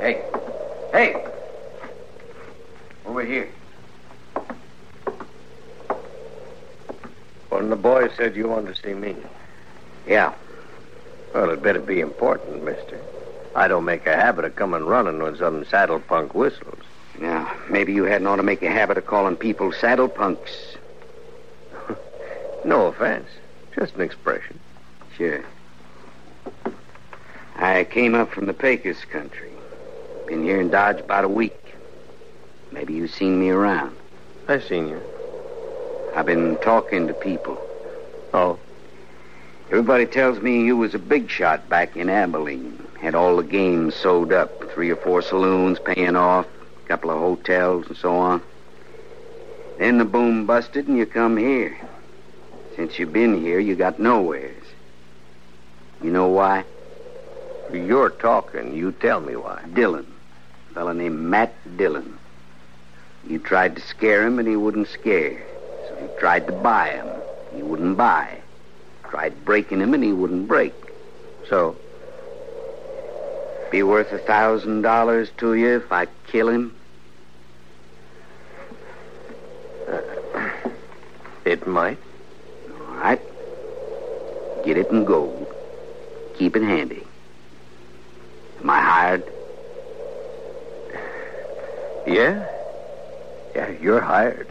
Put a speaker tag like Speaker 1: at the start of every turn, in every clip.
Speaker 1: Hey, hey, over here.
Speaker 2: Well, and the boy said you wanted to see me.
Speaker 1: Yeah,
Speaker 2: Well, it better be important, mister. I don't make a habit of coming running when some saddle punk whistles.
Speaker 1: yeah. Maybe you hadn't ought to make a habit of calling people saddle punks.
Speaker 2: No offense. Just an expression.
Speaker 1: Sure. I came up from the Pecos country. Been here in Dodge about a week. Maybe you seen me around.
Speaker 2: I seen you.
Speaker 1: I've been talking to people.
Speaker 2: Oh,
Speaker 1: Everybody tells me you was a big shot back in Abilene. Had all the games sewed up. Three or four saloons paying off, a couple of hotels and so on. Then the boom busted and you come here. Since you been here, you got nowheres. You know why?
Speaker 2: you're talking. You tell me why.
Speaker 1: Dillon. A fella named Matt Dillon. You tried to scare him and he wouldn't scare. So you tried to buy him. He wouldn't buy. Tried breaking him and he wouldn't break.
Speaker 2: So,
Speaker 1: Be worth a thousand dollars to you if I kill him?
Speaker 2: it might.
Speaker 1: All right. Get it in gold. Keep it handy. Am I hired?
Speaker 2: Yeah? Yeah, you're hired.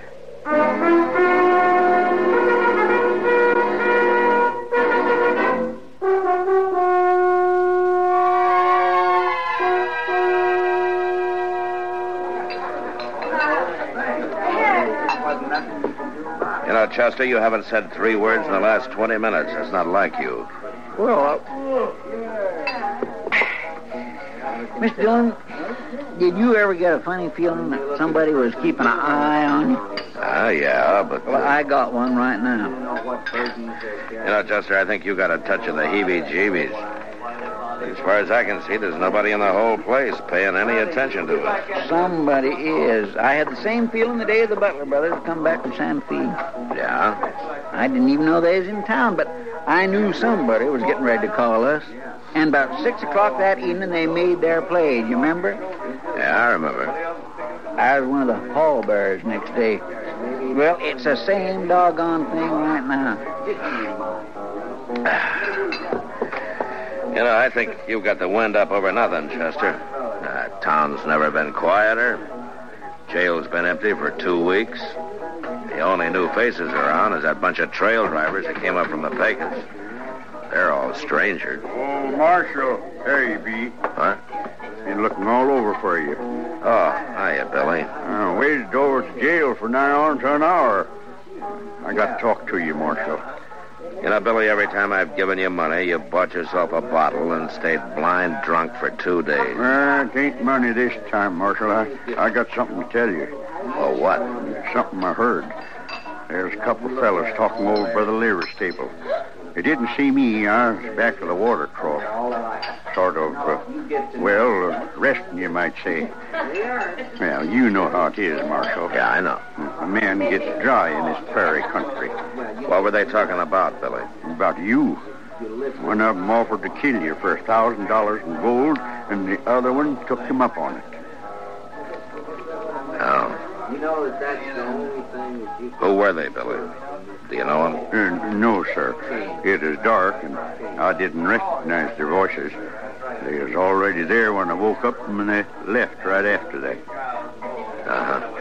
Speaker 3: You know, Chester, you haven't said three words in the last 20 minutes. It's not like you.
Speaker 2: Well,
Speaker 4: Miss Dillon, did you ever get a funny feeling that somebody was keeping an eye on you?
Speaker 3: Ah, yeah, but.
Speaker 4: Well, I got one right now.
Speaker 3: You know, Chester, I think you got a touch of the heebie-jeebies. As far as I can see, there's nobody in the whole place paying any attention to it.
Speaker 4: Somebody is. I had the same feeling the day the Butler brothers come back from Santa Fe.
Speaker 3: Yeah?
Speaker 4: I didn't even know they was in town, but I knew somebody was getting ready to call us. And about six o'clock that evening, they made their play. You remember?
Speaker 3: Yeah, I remember.
Speaker 4: I was one of the pallbearers next day. Well, it's the same doggone thing right now.
Speaker 3: You know, I think you got the wind up over nothing, Chester. Uh, town's never been quieter. Jail's been empty for two weeks. The only new faces around is that bunch of trail drivers that came up from the Vegas. They're all strangers.
Speaker 5: Oh, Marshal, there you be.
Speaker 3: Huh?
Speaker 5: Been looking all over for you.
Speaker 3: Oh, hiya, Billy.
Speaker 5: Uh, waited over to jail for nine hours to an hour. I got to talk to you, Marshal.
Speaker 3: You know, Billy, every time I've given you money, you bought yourself a bottle and stayed blind drunk for two days.
Speaker 5: Uh, it ain't money this time, Marshal. I, I got something to tell you.
Speaker 3: Well, what?
Speaker 5: Something I heard. There's a couple fellas talking over by the Learer's stable. They didn't see me. I was back of the water trough. Sort of, uh, well, uh, resting, you might say. Well, you know how it is, Marshal.
Speaker 6: Yeah, I know.
Speaker 5: A man gets dry in this prairie country.
Speaker 6: What were they talking about, Billy?
Speaker 5: About you. One of 'em offered to kill you for a thousand dollars in gold, and the other one took him up on it.
Speaker 6: Oh.
Speaker 1: You know that that's the only thing that you
Speaker 6: Who were they, Billy? Do you know them?
Speaker 5: Uh, no, sir. It is dark, and I didn't recognize their voices. They was already there when I woke up, and they left right after that.
Speaker 6: Uh-huh.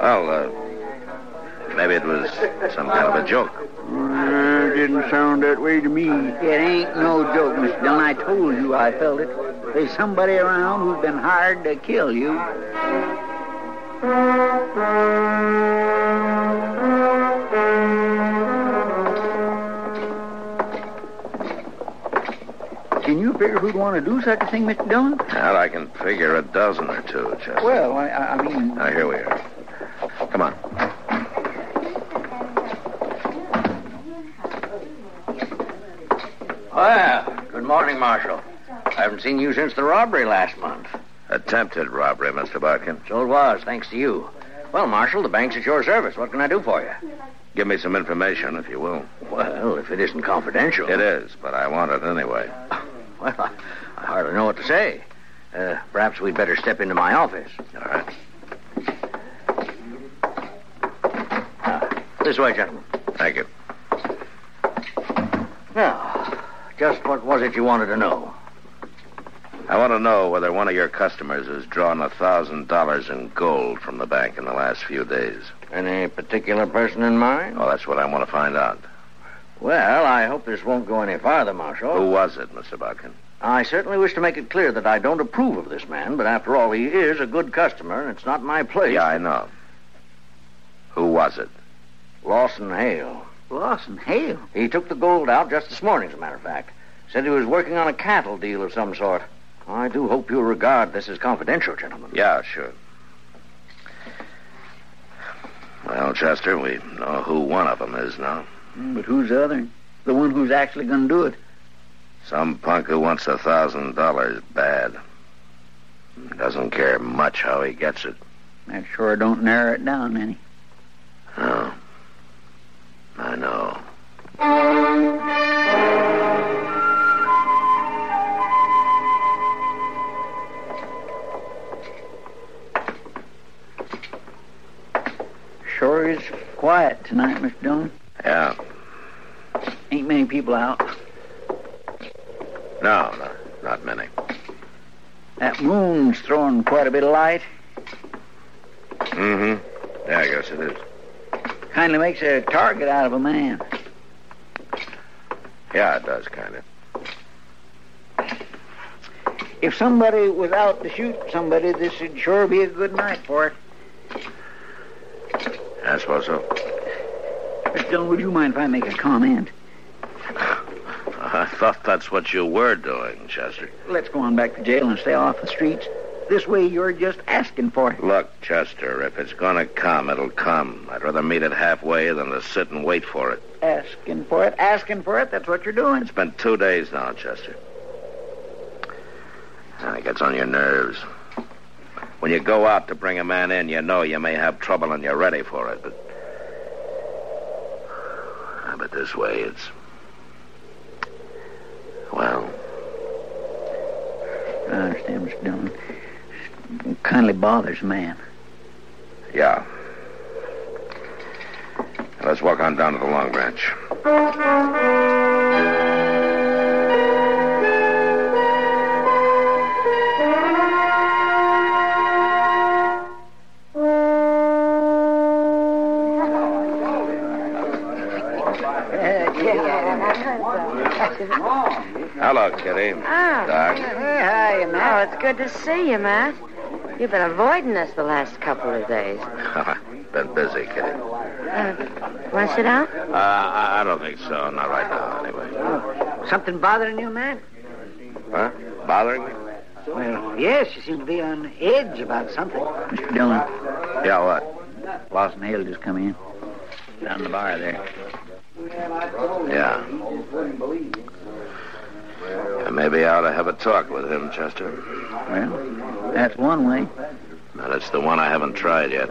Speaker 6: Well, uh, maybe it was some kind of a joke.
Speaker 5: Uh, didn't sound that way to me.
Speaker 1: It ain't no joke, Mr. Dillon. I told you I felt it. There's somebody around who's been hired to kill you. Can you figure who'd want to do such a thing, Mr. Dillon?
Speaker 6: Well, I can figure a dozen or two, Chester.
Speaker 1: Well, I, I I mean,
Speaker 6: Now, here we are. Come on.
Speaker 7: Well, good morning, Marshal. I haven't seen you since the robbery last month.
Speaker 6: Attempted robbery, Mr. Barkin.
Speaker 7: So it was, thanks to you. Well, Marshal, the bank's at your service. What can I do for you?
Speaker 6: Give me some information, if you will.
Speaker 7: Well, if it isn't confidential.
Speaker 6: It is, but I want it anyway.
Speaker 7: Well, I, I hardly know what to say. Uh, perhaps we'd better step into my office.
Speaker 6: All right.
Speaker 7: Ah, This way, gentlemen.
Speaker 6: Thank you.
Speaker 7: Now, just what was it you wanted to know?
Speaker 6: I want to know whether one of your customers has drawn a thousand dollars in gold from the bank in the last few days.
Speaker 7: Any particular person in mind?
Speaker 6: Well, that's what I want to find out.
Speaker 7: Well, I hope this won't go any farther, Marshal.
Speaker 6: Who was it, Mr. Barkin?
Speaker 7: I certainly wish to make it clear that I don't approve of this man, but after all, he is a good customer, and it's not my place.
Speaker 6: Yeah, I know. Who was it?
Speaker 7: Lawson Hale.
Speaker 1: Lawson Hale.
Speaker 7: He took the gold out just this morning, as a matter of fact. Said he was working on a cattle deal of some sort. I do hope you'll regard this as confidential, gentlemen.
Speaker 6: Yeah, sure. Well, Chester, we know who one of them is now.
Speaker 1: Mm, But who's the other? The one who's actually going to do it.
Speaker 6: Some punk who wants a thousand dollars bad. Doesn't care much how he gets it.
Speaker 1: That sure don't narrow it down any.
Speaker 6: No. Oh. I know.
Speaker 1: Sure is quiet tonight, Mr. Dillon.
Speaker 6: Yeah.
Speaker 1: Ain't many people out.
Speaker 6: No, no, not many.
Speaker 1: That moon's throwing quite a bit of light.
Speaker 6: Mm-hmm. Yeah, I guess it is.
Speaker 1: Kind of makes a target out of a man.
Speaker 6: Yeah, it does, kind of.
Speaker 1: If somebody was out to shoot somebody, this would sure be a good night for it.
Speaker 6: I suppose so.
Speaker 1: Mr. Dillon, would you mind if I make a comment?
Speaker 6: Uh-huh. I thought that's what you were doing, Chester.
Speaker 1: Let's go on back to jail and stay off the streets. This way, you're just asking for it.
Speaker 6: Look, Chester, if it's gonna come, it'll come. I'd rather meet it halfway than to sit and wait for it.
Speaker 1: Asking for it, asking for it. That's what you're doing.
Speaker 6: It's been two days now, Chester. And it gets on your nerves. When you go out to bring a man in, you know you may have trouble and you're ready for it, but. Ah, But this way, it's. Well,
Speaker 1: I understand, Mr. Dillon. It kindly bothers a man.
Speaker 6: yeah. Let's walk on down to the Long Branch. Hello, Kitty.
Speaker 8: Oh.
Speaker 6: Doc.
Speaker 8: Hey, how you, Matt? Oh, it's good to see you, Matt. You've been avoiding us the last couple of days.
Speaker 6: Been busy, Kitty.
Speaker 8: Want to sit down?
Speaker 6: Uh, I I don't think so. Not right now, anyway.
Speaker 1: Something bothering you, man?
Speaker 6: Huh? Bothering me?
Speaker 1: Well, yes, you seem to be on edge about something. Mr. Dillon,
Speaker 6: Yeah, what?
Speaker 1: Lawson Hale just come in. Down the bar there.
Speaker 6: Yeah. Yeah, Maybe I ought to have a talk with him, Chester.
Speaker 1: Well, that's one way.
Speaker 6: Now, that's the one I haven't tried yet.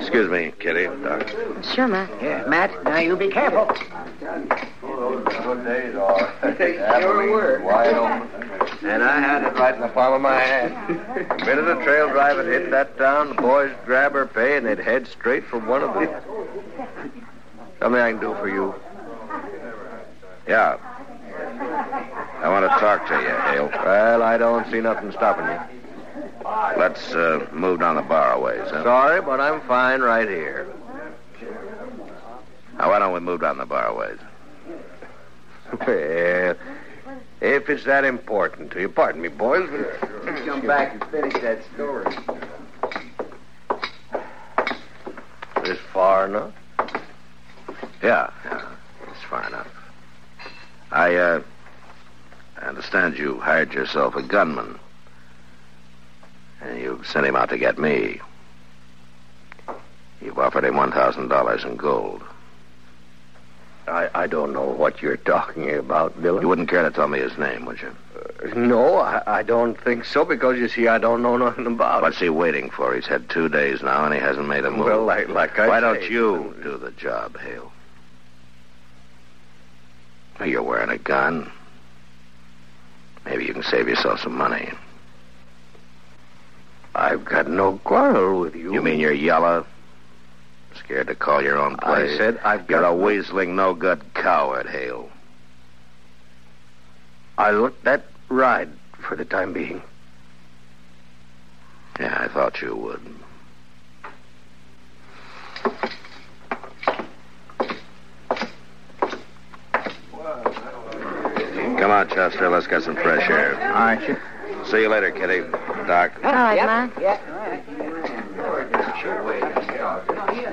Speaker 6: Excuse me, Kitty, Doc.
Speaker 8: Sure, Matt.
Speaker 1: Yeah, Matt, now you be careful.
Speaker 9: Good days are.
Speaker 1: Sure were.
Speaker 9: Wide open. And I had it right in the palm of my hand. The minute a trail driver hit that town, the boys grab her pay and they'd head straight for one of them. Something I can do for you.
Speaker 6: Yeah. I want to talk to you, Hale.
Speaker 9: Well, I don't see nothing stopping you.
Speaker 6: Let's uh, move down the bar a ways, huh?
Speaker 9: Sorry, but I'm fine right here.
Speaker 6: Now, why don't we move down the bar a ways?
Speaker 9: Well, if it's that important to you, pardon me, boys, but
Speaker 7: Come back and finish that story.
Speaker 9: is this far enough?
Speaker 6: Yeah, yeah. It's far enough. I, uh, I understand you hired yourself a gunman. And you sent him out to get me. You've offered him $1,000 in gold.
Speaker 9: I, I don't know what you're talking about, Dillon.
Speaker 6: You wouldn't care to tell me his name, would you?
Speaker 9: No, I, I don't think so, because you see, I don't know nothing about
Speaker 6: What's he waiting for? He's had two days now, and he hasn't made a
Speaker 9: it.
Speaker 6: move.
Speaker 9: Well, like, like I
Speaker 6: Why
Speaker 9: say, uh,
Speaker 6: don't you do the job, Hale? Well, You're wearing a gun. Maybe you can save yourself some money.
Speaker 9: I've got no quarrel with you.
Speaker 6: You mean you're yellow? Scared to call your own
Speaker 9: I
Speaker 6: play?
Speaker 9: said I've
Speaker 6: You're
Speaker 9: got
Speaker 6: a weaseling, no good coward, Hale.
Speaker 9: I let that ride for the time being.
Speaker 6: Yeah, I thought you would. Come on, Chester. Let's get some fresh air.
Speaker 1: All right, sure.
Speaker 6: See you later, Kitty. Doc.
Speaker 8: All right, Matt.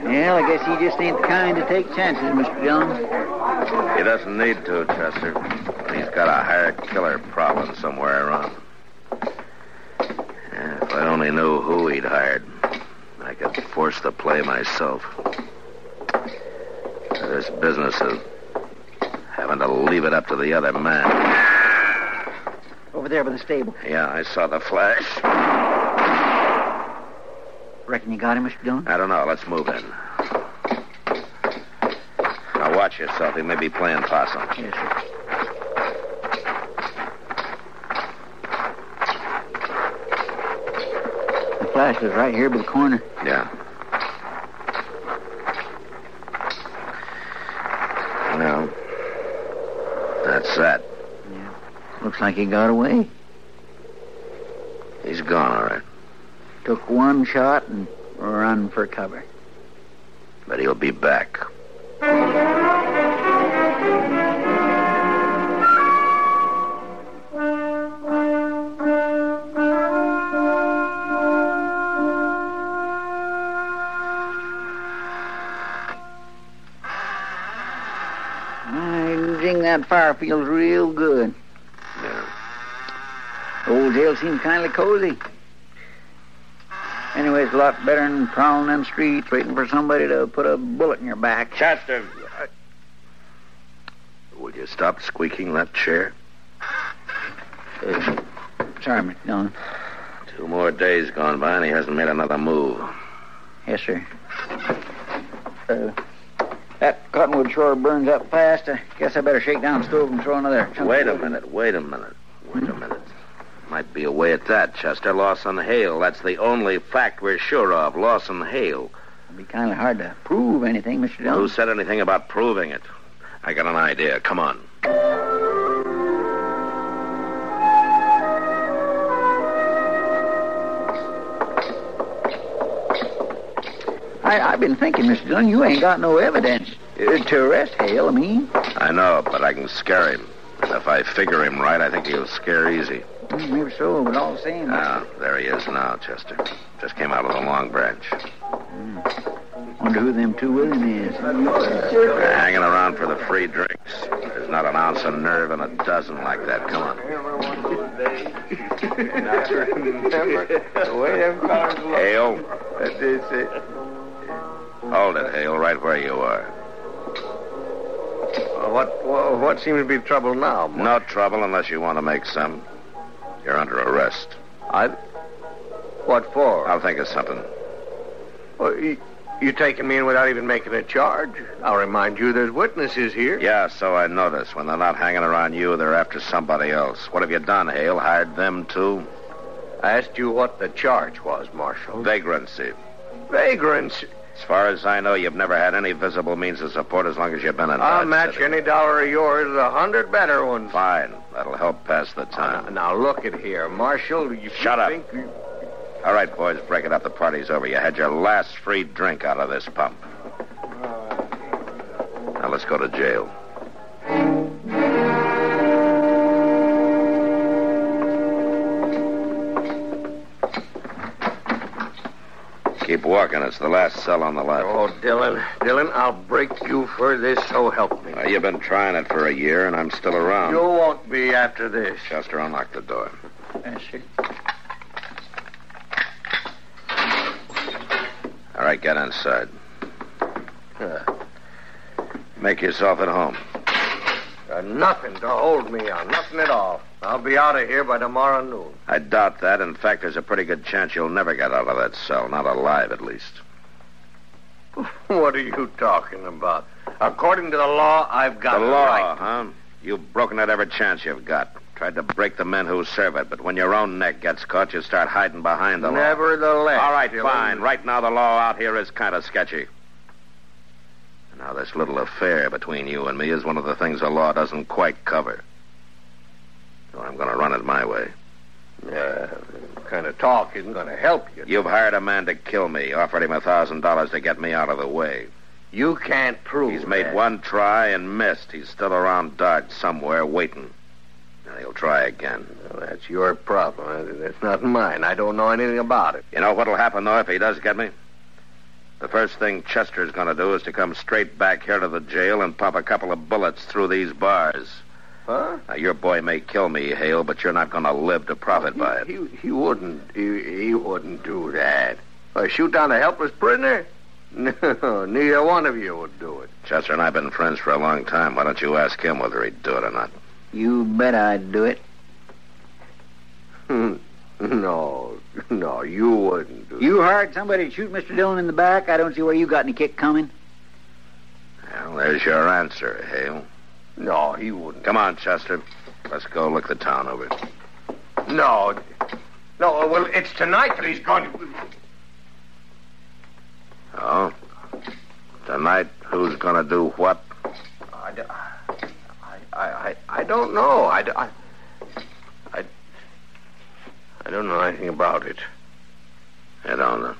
Speaker 1: Well, I guess he just ain't the kind to take chances, Mr. Jones.
Speaker 6: He doesn't need to, Chester. He's got a higher killer problem somewhere around. Yeah, if I only knew who he'd hired, I could force the play myself. This business of having to leave it up to the other man.
Speaker 1: Over there by the stable.
Speaker 6: Yeah, I saw the flash.
Speaker 1: Reckon you got him, Mr. Dillon?
Speaker 6: I don't know. Let's move in. Now watch yourself. He may be playing possum.
Speaker 1: Yes, sir. The flash was right here by the corner.
Speaker 6: Yeah. Well, that's that.
Speaker 1: Looks like he got away.
Speaker 6: He's gone, all right.
Speaker 1: Took one shot and run for cover.
Speaker 6: But he'll be back.
Speaker 1: Ah, Using that fire feels real good. Old jail seems kind of cozy. Anyway, it's a lot better than prowling them streets waiting for somebody to put a bullet in your back.
Speaker 6: Chester! Will you stop squeaking that chair?
Speaker 1: Sorry, Mr. Dillon.
Speaker 6: Two more days gone by and he hasn't made another move.
Speaker 1: Yes, sir. Uh, that cottonwood sure burns up fast. I guess I better shake down the stove and throw another. chunk of
Speaker 6: Wait a
Speaker 1: wood in.
Speaker 6: minute, wait a minute, wait a minute. Might be a way at that, Chester. Lawson Hale. That's the only fact we're sure of. Lawson Hale.
Speaker 1: It'd be kind of hard to prove anything, Mr. Dillon.
Speaker 6: Who said anything about proving it? I got an idea. Come on.
Speaker 1: I, I've been thinking, Mr. Dillon, you ain't got no evidence uh, to arrest Hale, I mean.
Speaker 6: I know, but I can scare him. And if I figure him right, I think he'll scare easy.
Speaker 1: Mm, Maybe so, but all the same,
Speaker 6: Ah, there he is now, Chester. Just came out of the Long Branch.
Speaker 1: wonder who them two with him is.
Speaker 6: They're Uh, hanging around for the free drinks. There's not an ounce of nerve in a dozen like that. Come on. Hale, hold it, Hale, right where you are.
Speaker 9: What, what, what seems to be trouble now? Mark?
Speaker 6: No trouble unless you want to make some. You're under arrest.
Speaker 9: I. What for?
Speaker 6: I'll think of something.
Speaker 9: Well, you, you taking me in without even making a charge? I'll remind you there's witnesses here.
Speaker 6: Yeah, so I noticed. When they're not hanging around you, they're after somebody else. What have you done, Hale? Hired them too?
Speaker 9: I asked you what the charge was, Marshal.
Speaker 6: Vagrancy.
Speaker 9: Vagrants.
Speaker 6: As far as I know, you've never had any visible means of support as long as you've been in
Speaker 9: I'll
Speaker 6: Dodge
Speaker 9: match
Speaker 6: City.
Speaker 9: any dollar of yours with a hundred better ones.
Speaker 6: Fine. That'll help pass the
Speaker 9: Now,
Speaker 6: time.
Speaker 9: now look at here, Marshal. You
Speaker 6: Shut up.
Speaker 9: think you-
Speaker 6: All right, boys, break it up. The party's over. You had your last free drink out of this pump. Now let's go to jail. Keep walking. It's the last cell on the left.
Speaker 9: Oh, Dylan, Dylan, I'll break you for this. So help me.
Speaker 6: Uh, you've been trying it for a year, and I'm still around.
Speaker 9: You won't be after this.
Speaker 6: Chester, unlock the door. All right, get inside. Make yourself at home.
Speaker 9: Uh, nothing to hold me on. Nothing at all. I'll be out of here by tomorrow noon.
Speaker 6: I doubt that. In fact, there's a pretty good chance you'll never get out of that cell, not alive at least.
Speaker 9: What are you talking about? According to the law, I've got
Speaker 6: the
Speaker 9: a
Speaker 6: law,
Speaker 9: right.
Speaker 6: huh? You've broken it every chance you've got. Tried to break the men who serve it, but when your own neck gets caught, you start hiding behind the law.
Speaker 9: Nevertheless.
Speaker 6: All right,
Speaker 9: Dylan,
Speaker 6: fine. Right now, the law out here is kind of sketchy. Now, this little affair between you and me is one of the things the law doesn't quite cover. So I'm going to run it my way.
Speaker 9: Uh, kind of talk isn't going to help you.
Speaker 6: You've hired a man to kill me, offered him a $1,000 to get me out of the way.
Speaker 9: You can't prove
Speaker 6: He's made
Speaker 9: that.
Speaker 6: one try and missed. He's still around Dodge somewhere waiting. And he'll try again.
Speaker 9: Well, that's your problem. That's not mine. I don't know anything about it.
Speaker 6: You know what'll happen, though, if he does get me? The first thing Chester's going to do is to come straight back here to the jail and pop a couple of bullets through these bars.
Speaker 9: Huh?
Speaker 6: Now, your boy may kill me, Hale, but you're not going to live to profit by it.
Speaker 9: He, he wouldn't. He, he wouldn't do that. Uh, shoot down a helpless prisoner? No, neither one of you would do it.
Speaker 6: Chester and I have been friends for a long time. Why don't you ask him whether he'd do it or not?
Speaker 1: You bet I'd do it.
Speaker 9: Hmm. no, no, you wouldn't do
Speaker 1: You hired somebody to shoot Mr. Dillon in the back. I don't see where you got any kick coming.
Speaker 6: Well, there's your answer, Hale.
Speaker 9: that. No, he wouldn't.
Speaker 6: Come on, Chester. Let's go look the town over.
Speaker 9: No. No, well, it's tonight that he's going to.
Speaker 6: Oh? Tonight, who's going to do what?
Speaker 9: I, d- I, I, I don't know. I, d- I, I, I don't know anything about it.
Speaker 6: I don't know.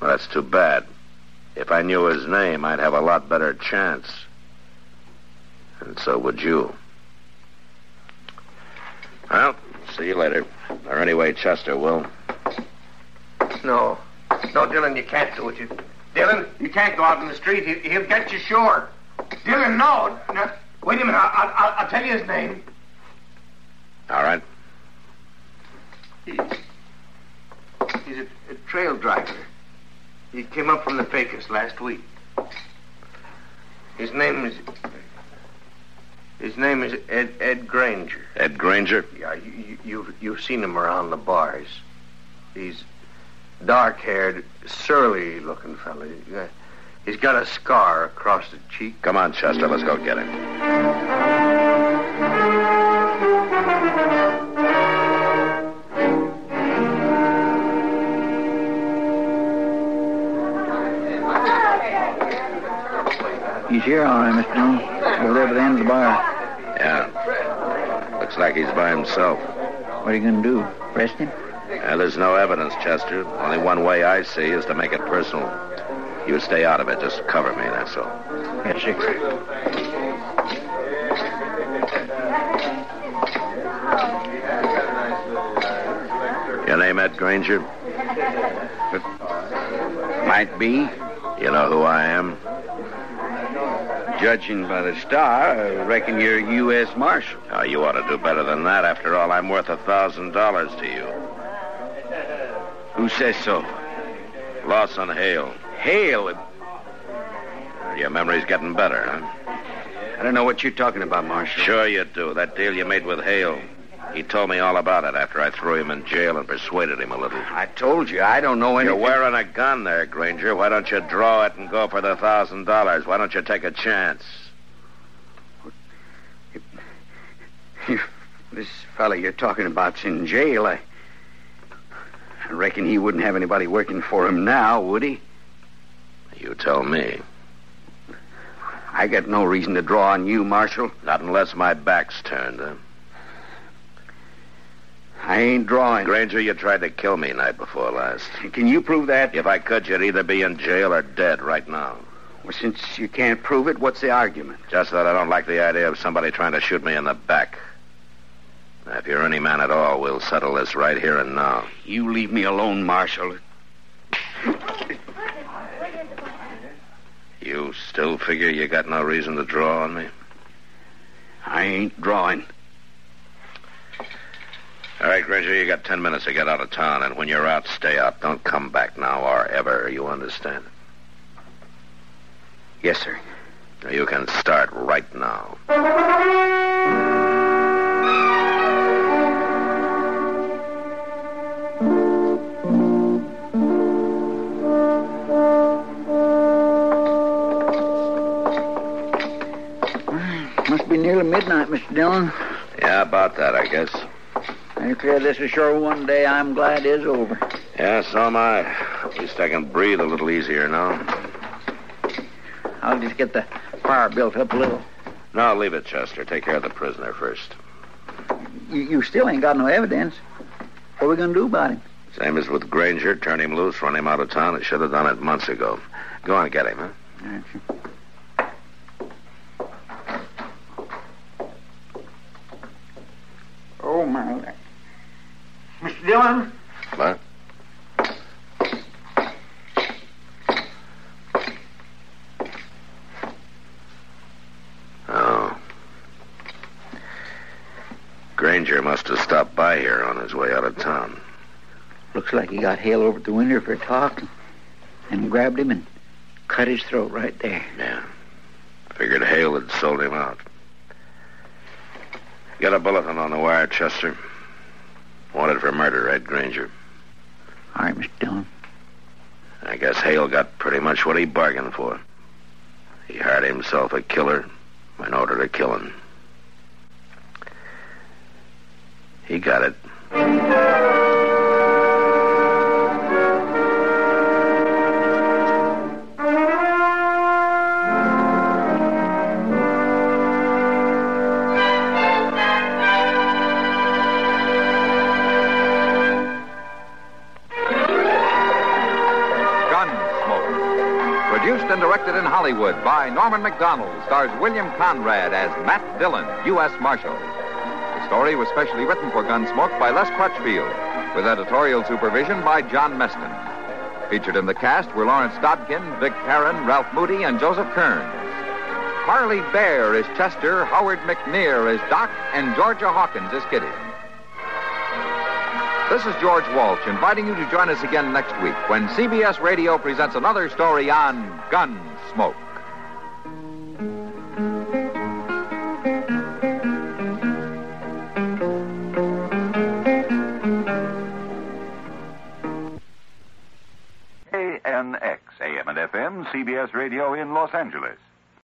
Speaker 6: Well, that's too bad. If I knew his name, I'd have a lot better chance. And so would you. Well, see you later. Or anyway, Chester will.
Speaker 9: No. No, Dylan, you can't do it. You, Dylan, you can't go out in the street. He, he'll get you sure. Dylan, no. no. Wait a minute. I, I, I'll tell you his name.
Speaker 6: All right.
Speaker 9: He, he's a, a trail driver. He came up from the Pecos last week. His name is. His name is Ed, Ed Granger.
Speaker 6: Ed Granger?
Speaker 9: Yeah, you, you, you've, you've seen him around the bars. He's dark-haired, surly-looking fella. He's got- He's got a scar across the cheek.
Speaker 6: Come on, Chester. Let's go get him.
Speaker 1: You sure all right, Mr. Dillon? Over there by the end of the bar.
Speaker 6: Yeah. Looks like he's by himself.
Speaker 1: What are you going to do? Arrest him?
Speaker 6: Yeah, there's no evidence, Chester. Only one way I see is to make it personal. You stay out of it. Just cover me, that's all.
Speaker 1: Yes, sir.
Speaker 6: Your name Ed Granger?
Speaker 7: Might be.
Speaker 6: You know who I am?
Speaker 7: Judging by the star, I reckon you're U.S. Marshal.
Speaker 6: Now, Ah, you ought to do better than that. After all, I'm worth a thousand dollars to you.
Speaker 7: Who says so?
Speaker 6: Lawson Hale. Ah,
Speaker 7: Hale.
Speaker 6: Your memory's getting better, huh?
Speaker 7: I don't know what you're talking about, Marshal.
Speaker 6: Sure you do. That deal you made with Hale. He told me all about it after I threw him in jail and persuaded him a little.
Speaker 7: I told you, I don't know
Speaker 6: You're
Speaker 7: anything.
Speaker 6: wearing a gun there, Granger. Why don't you draw it and go for the thousand dollars? Why don't you take a chance?
Speaker 7: This fella you're talking about's in jail. I, I reckon he wouldn't have anybody working for him now, would he?
Speaker 6: You tell me.
Speaker 7: I got no reason to draw on you, Marshal.
Speaker 6: Not unless my back's turned, huh?
Speaker 7: I ain't drawing.
Speaker 6: Granger, you tried to kill me night before last.
Speaker 7: Can you prove that?
Speaker 6: If I could, you'd either be in jail or dead right now.
Speaker 7: Well, since you can't prove it, what's the argument?
Speaker 6: Just that I don't like the idea of somebody trying to shoot me in the back. Now, if you're any man at all, we'll settle this right here and now.
Speaker 7: You leave me alone, Marshal.
Speaker 6: You still figure you got no reason to draw on me?
Speaker 7: I ain't drawing.
Speaker 6: All right, Granger, you got ten minutes to get out of town, and when you're out, stay out. Don't come back now or ever. You understand?
Speaker 7: Yes, sir.
Speaker 6: Now, You can start right now.
Speaker 1: Must be nearly midnight, Mr. Dillon.
Speaker 6: Yeah, about that, I guess.
Speaker 1: I declare this is sure one day I'm glad is over.
Speaker 6: Yeah, so am I. At least I can breathe a little easier now.
Speaker 1: I'll just get the fire built up a little.
Speaker 6: Now, leave it, Chester. Take care of the prisoner first.
Speaker 1: You, you still ain't got no evidence. What are we going to do about him?
Speaker 6: Same as with Granger. Turn him loose, run him out of town. It should have done it months ago. Go on, get him, huh?
Speaker 1: Oh, my. Mr. Dillon?
Speaker 6: What? Oh. Granger must have stopped by here on his way out of town.
Speaker 1: Looks like he got Hale over at the window for a talk and grabbed him and cut his throat right there.
Speaker 6: Yeah. Figured Hale had sold him out. Get a bulletin on the wire, Chester. Wanted for murder, Ed Granger.
Speaker 1: All right, Mr. Dillon.
Speaker 6: I guess Hale got pretty much what he bargained for. He hired himself a killer in order to kill him. He got it.
Speaker 10: Gunsmoke. Produced and directed in Hollywood by Norman McDonald, stars William Conrad as Matt Dillon, U.S. Marshal. The story was specially written for Gunsmoke by Les Crutchfield, with editorial supervision by John Meston. Featured in the cast were Lawrence Dobkin, Vic Perrin, Ralph Moody, and Joseph Kearns. Harley Bear is Chester, Howard McNear is Doc, and Georgia Hawkins is Kitty. This is George Walsh inviting you to join us again next week when CBS Radio presents another story on Gunsmoke.
Speaker 11: KNX, AM and FM, CBS Radio in Los Angeles.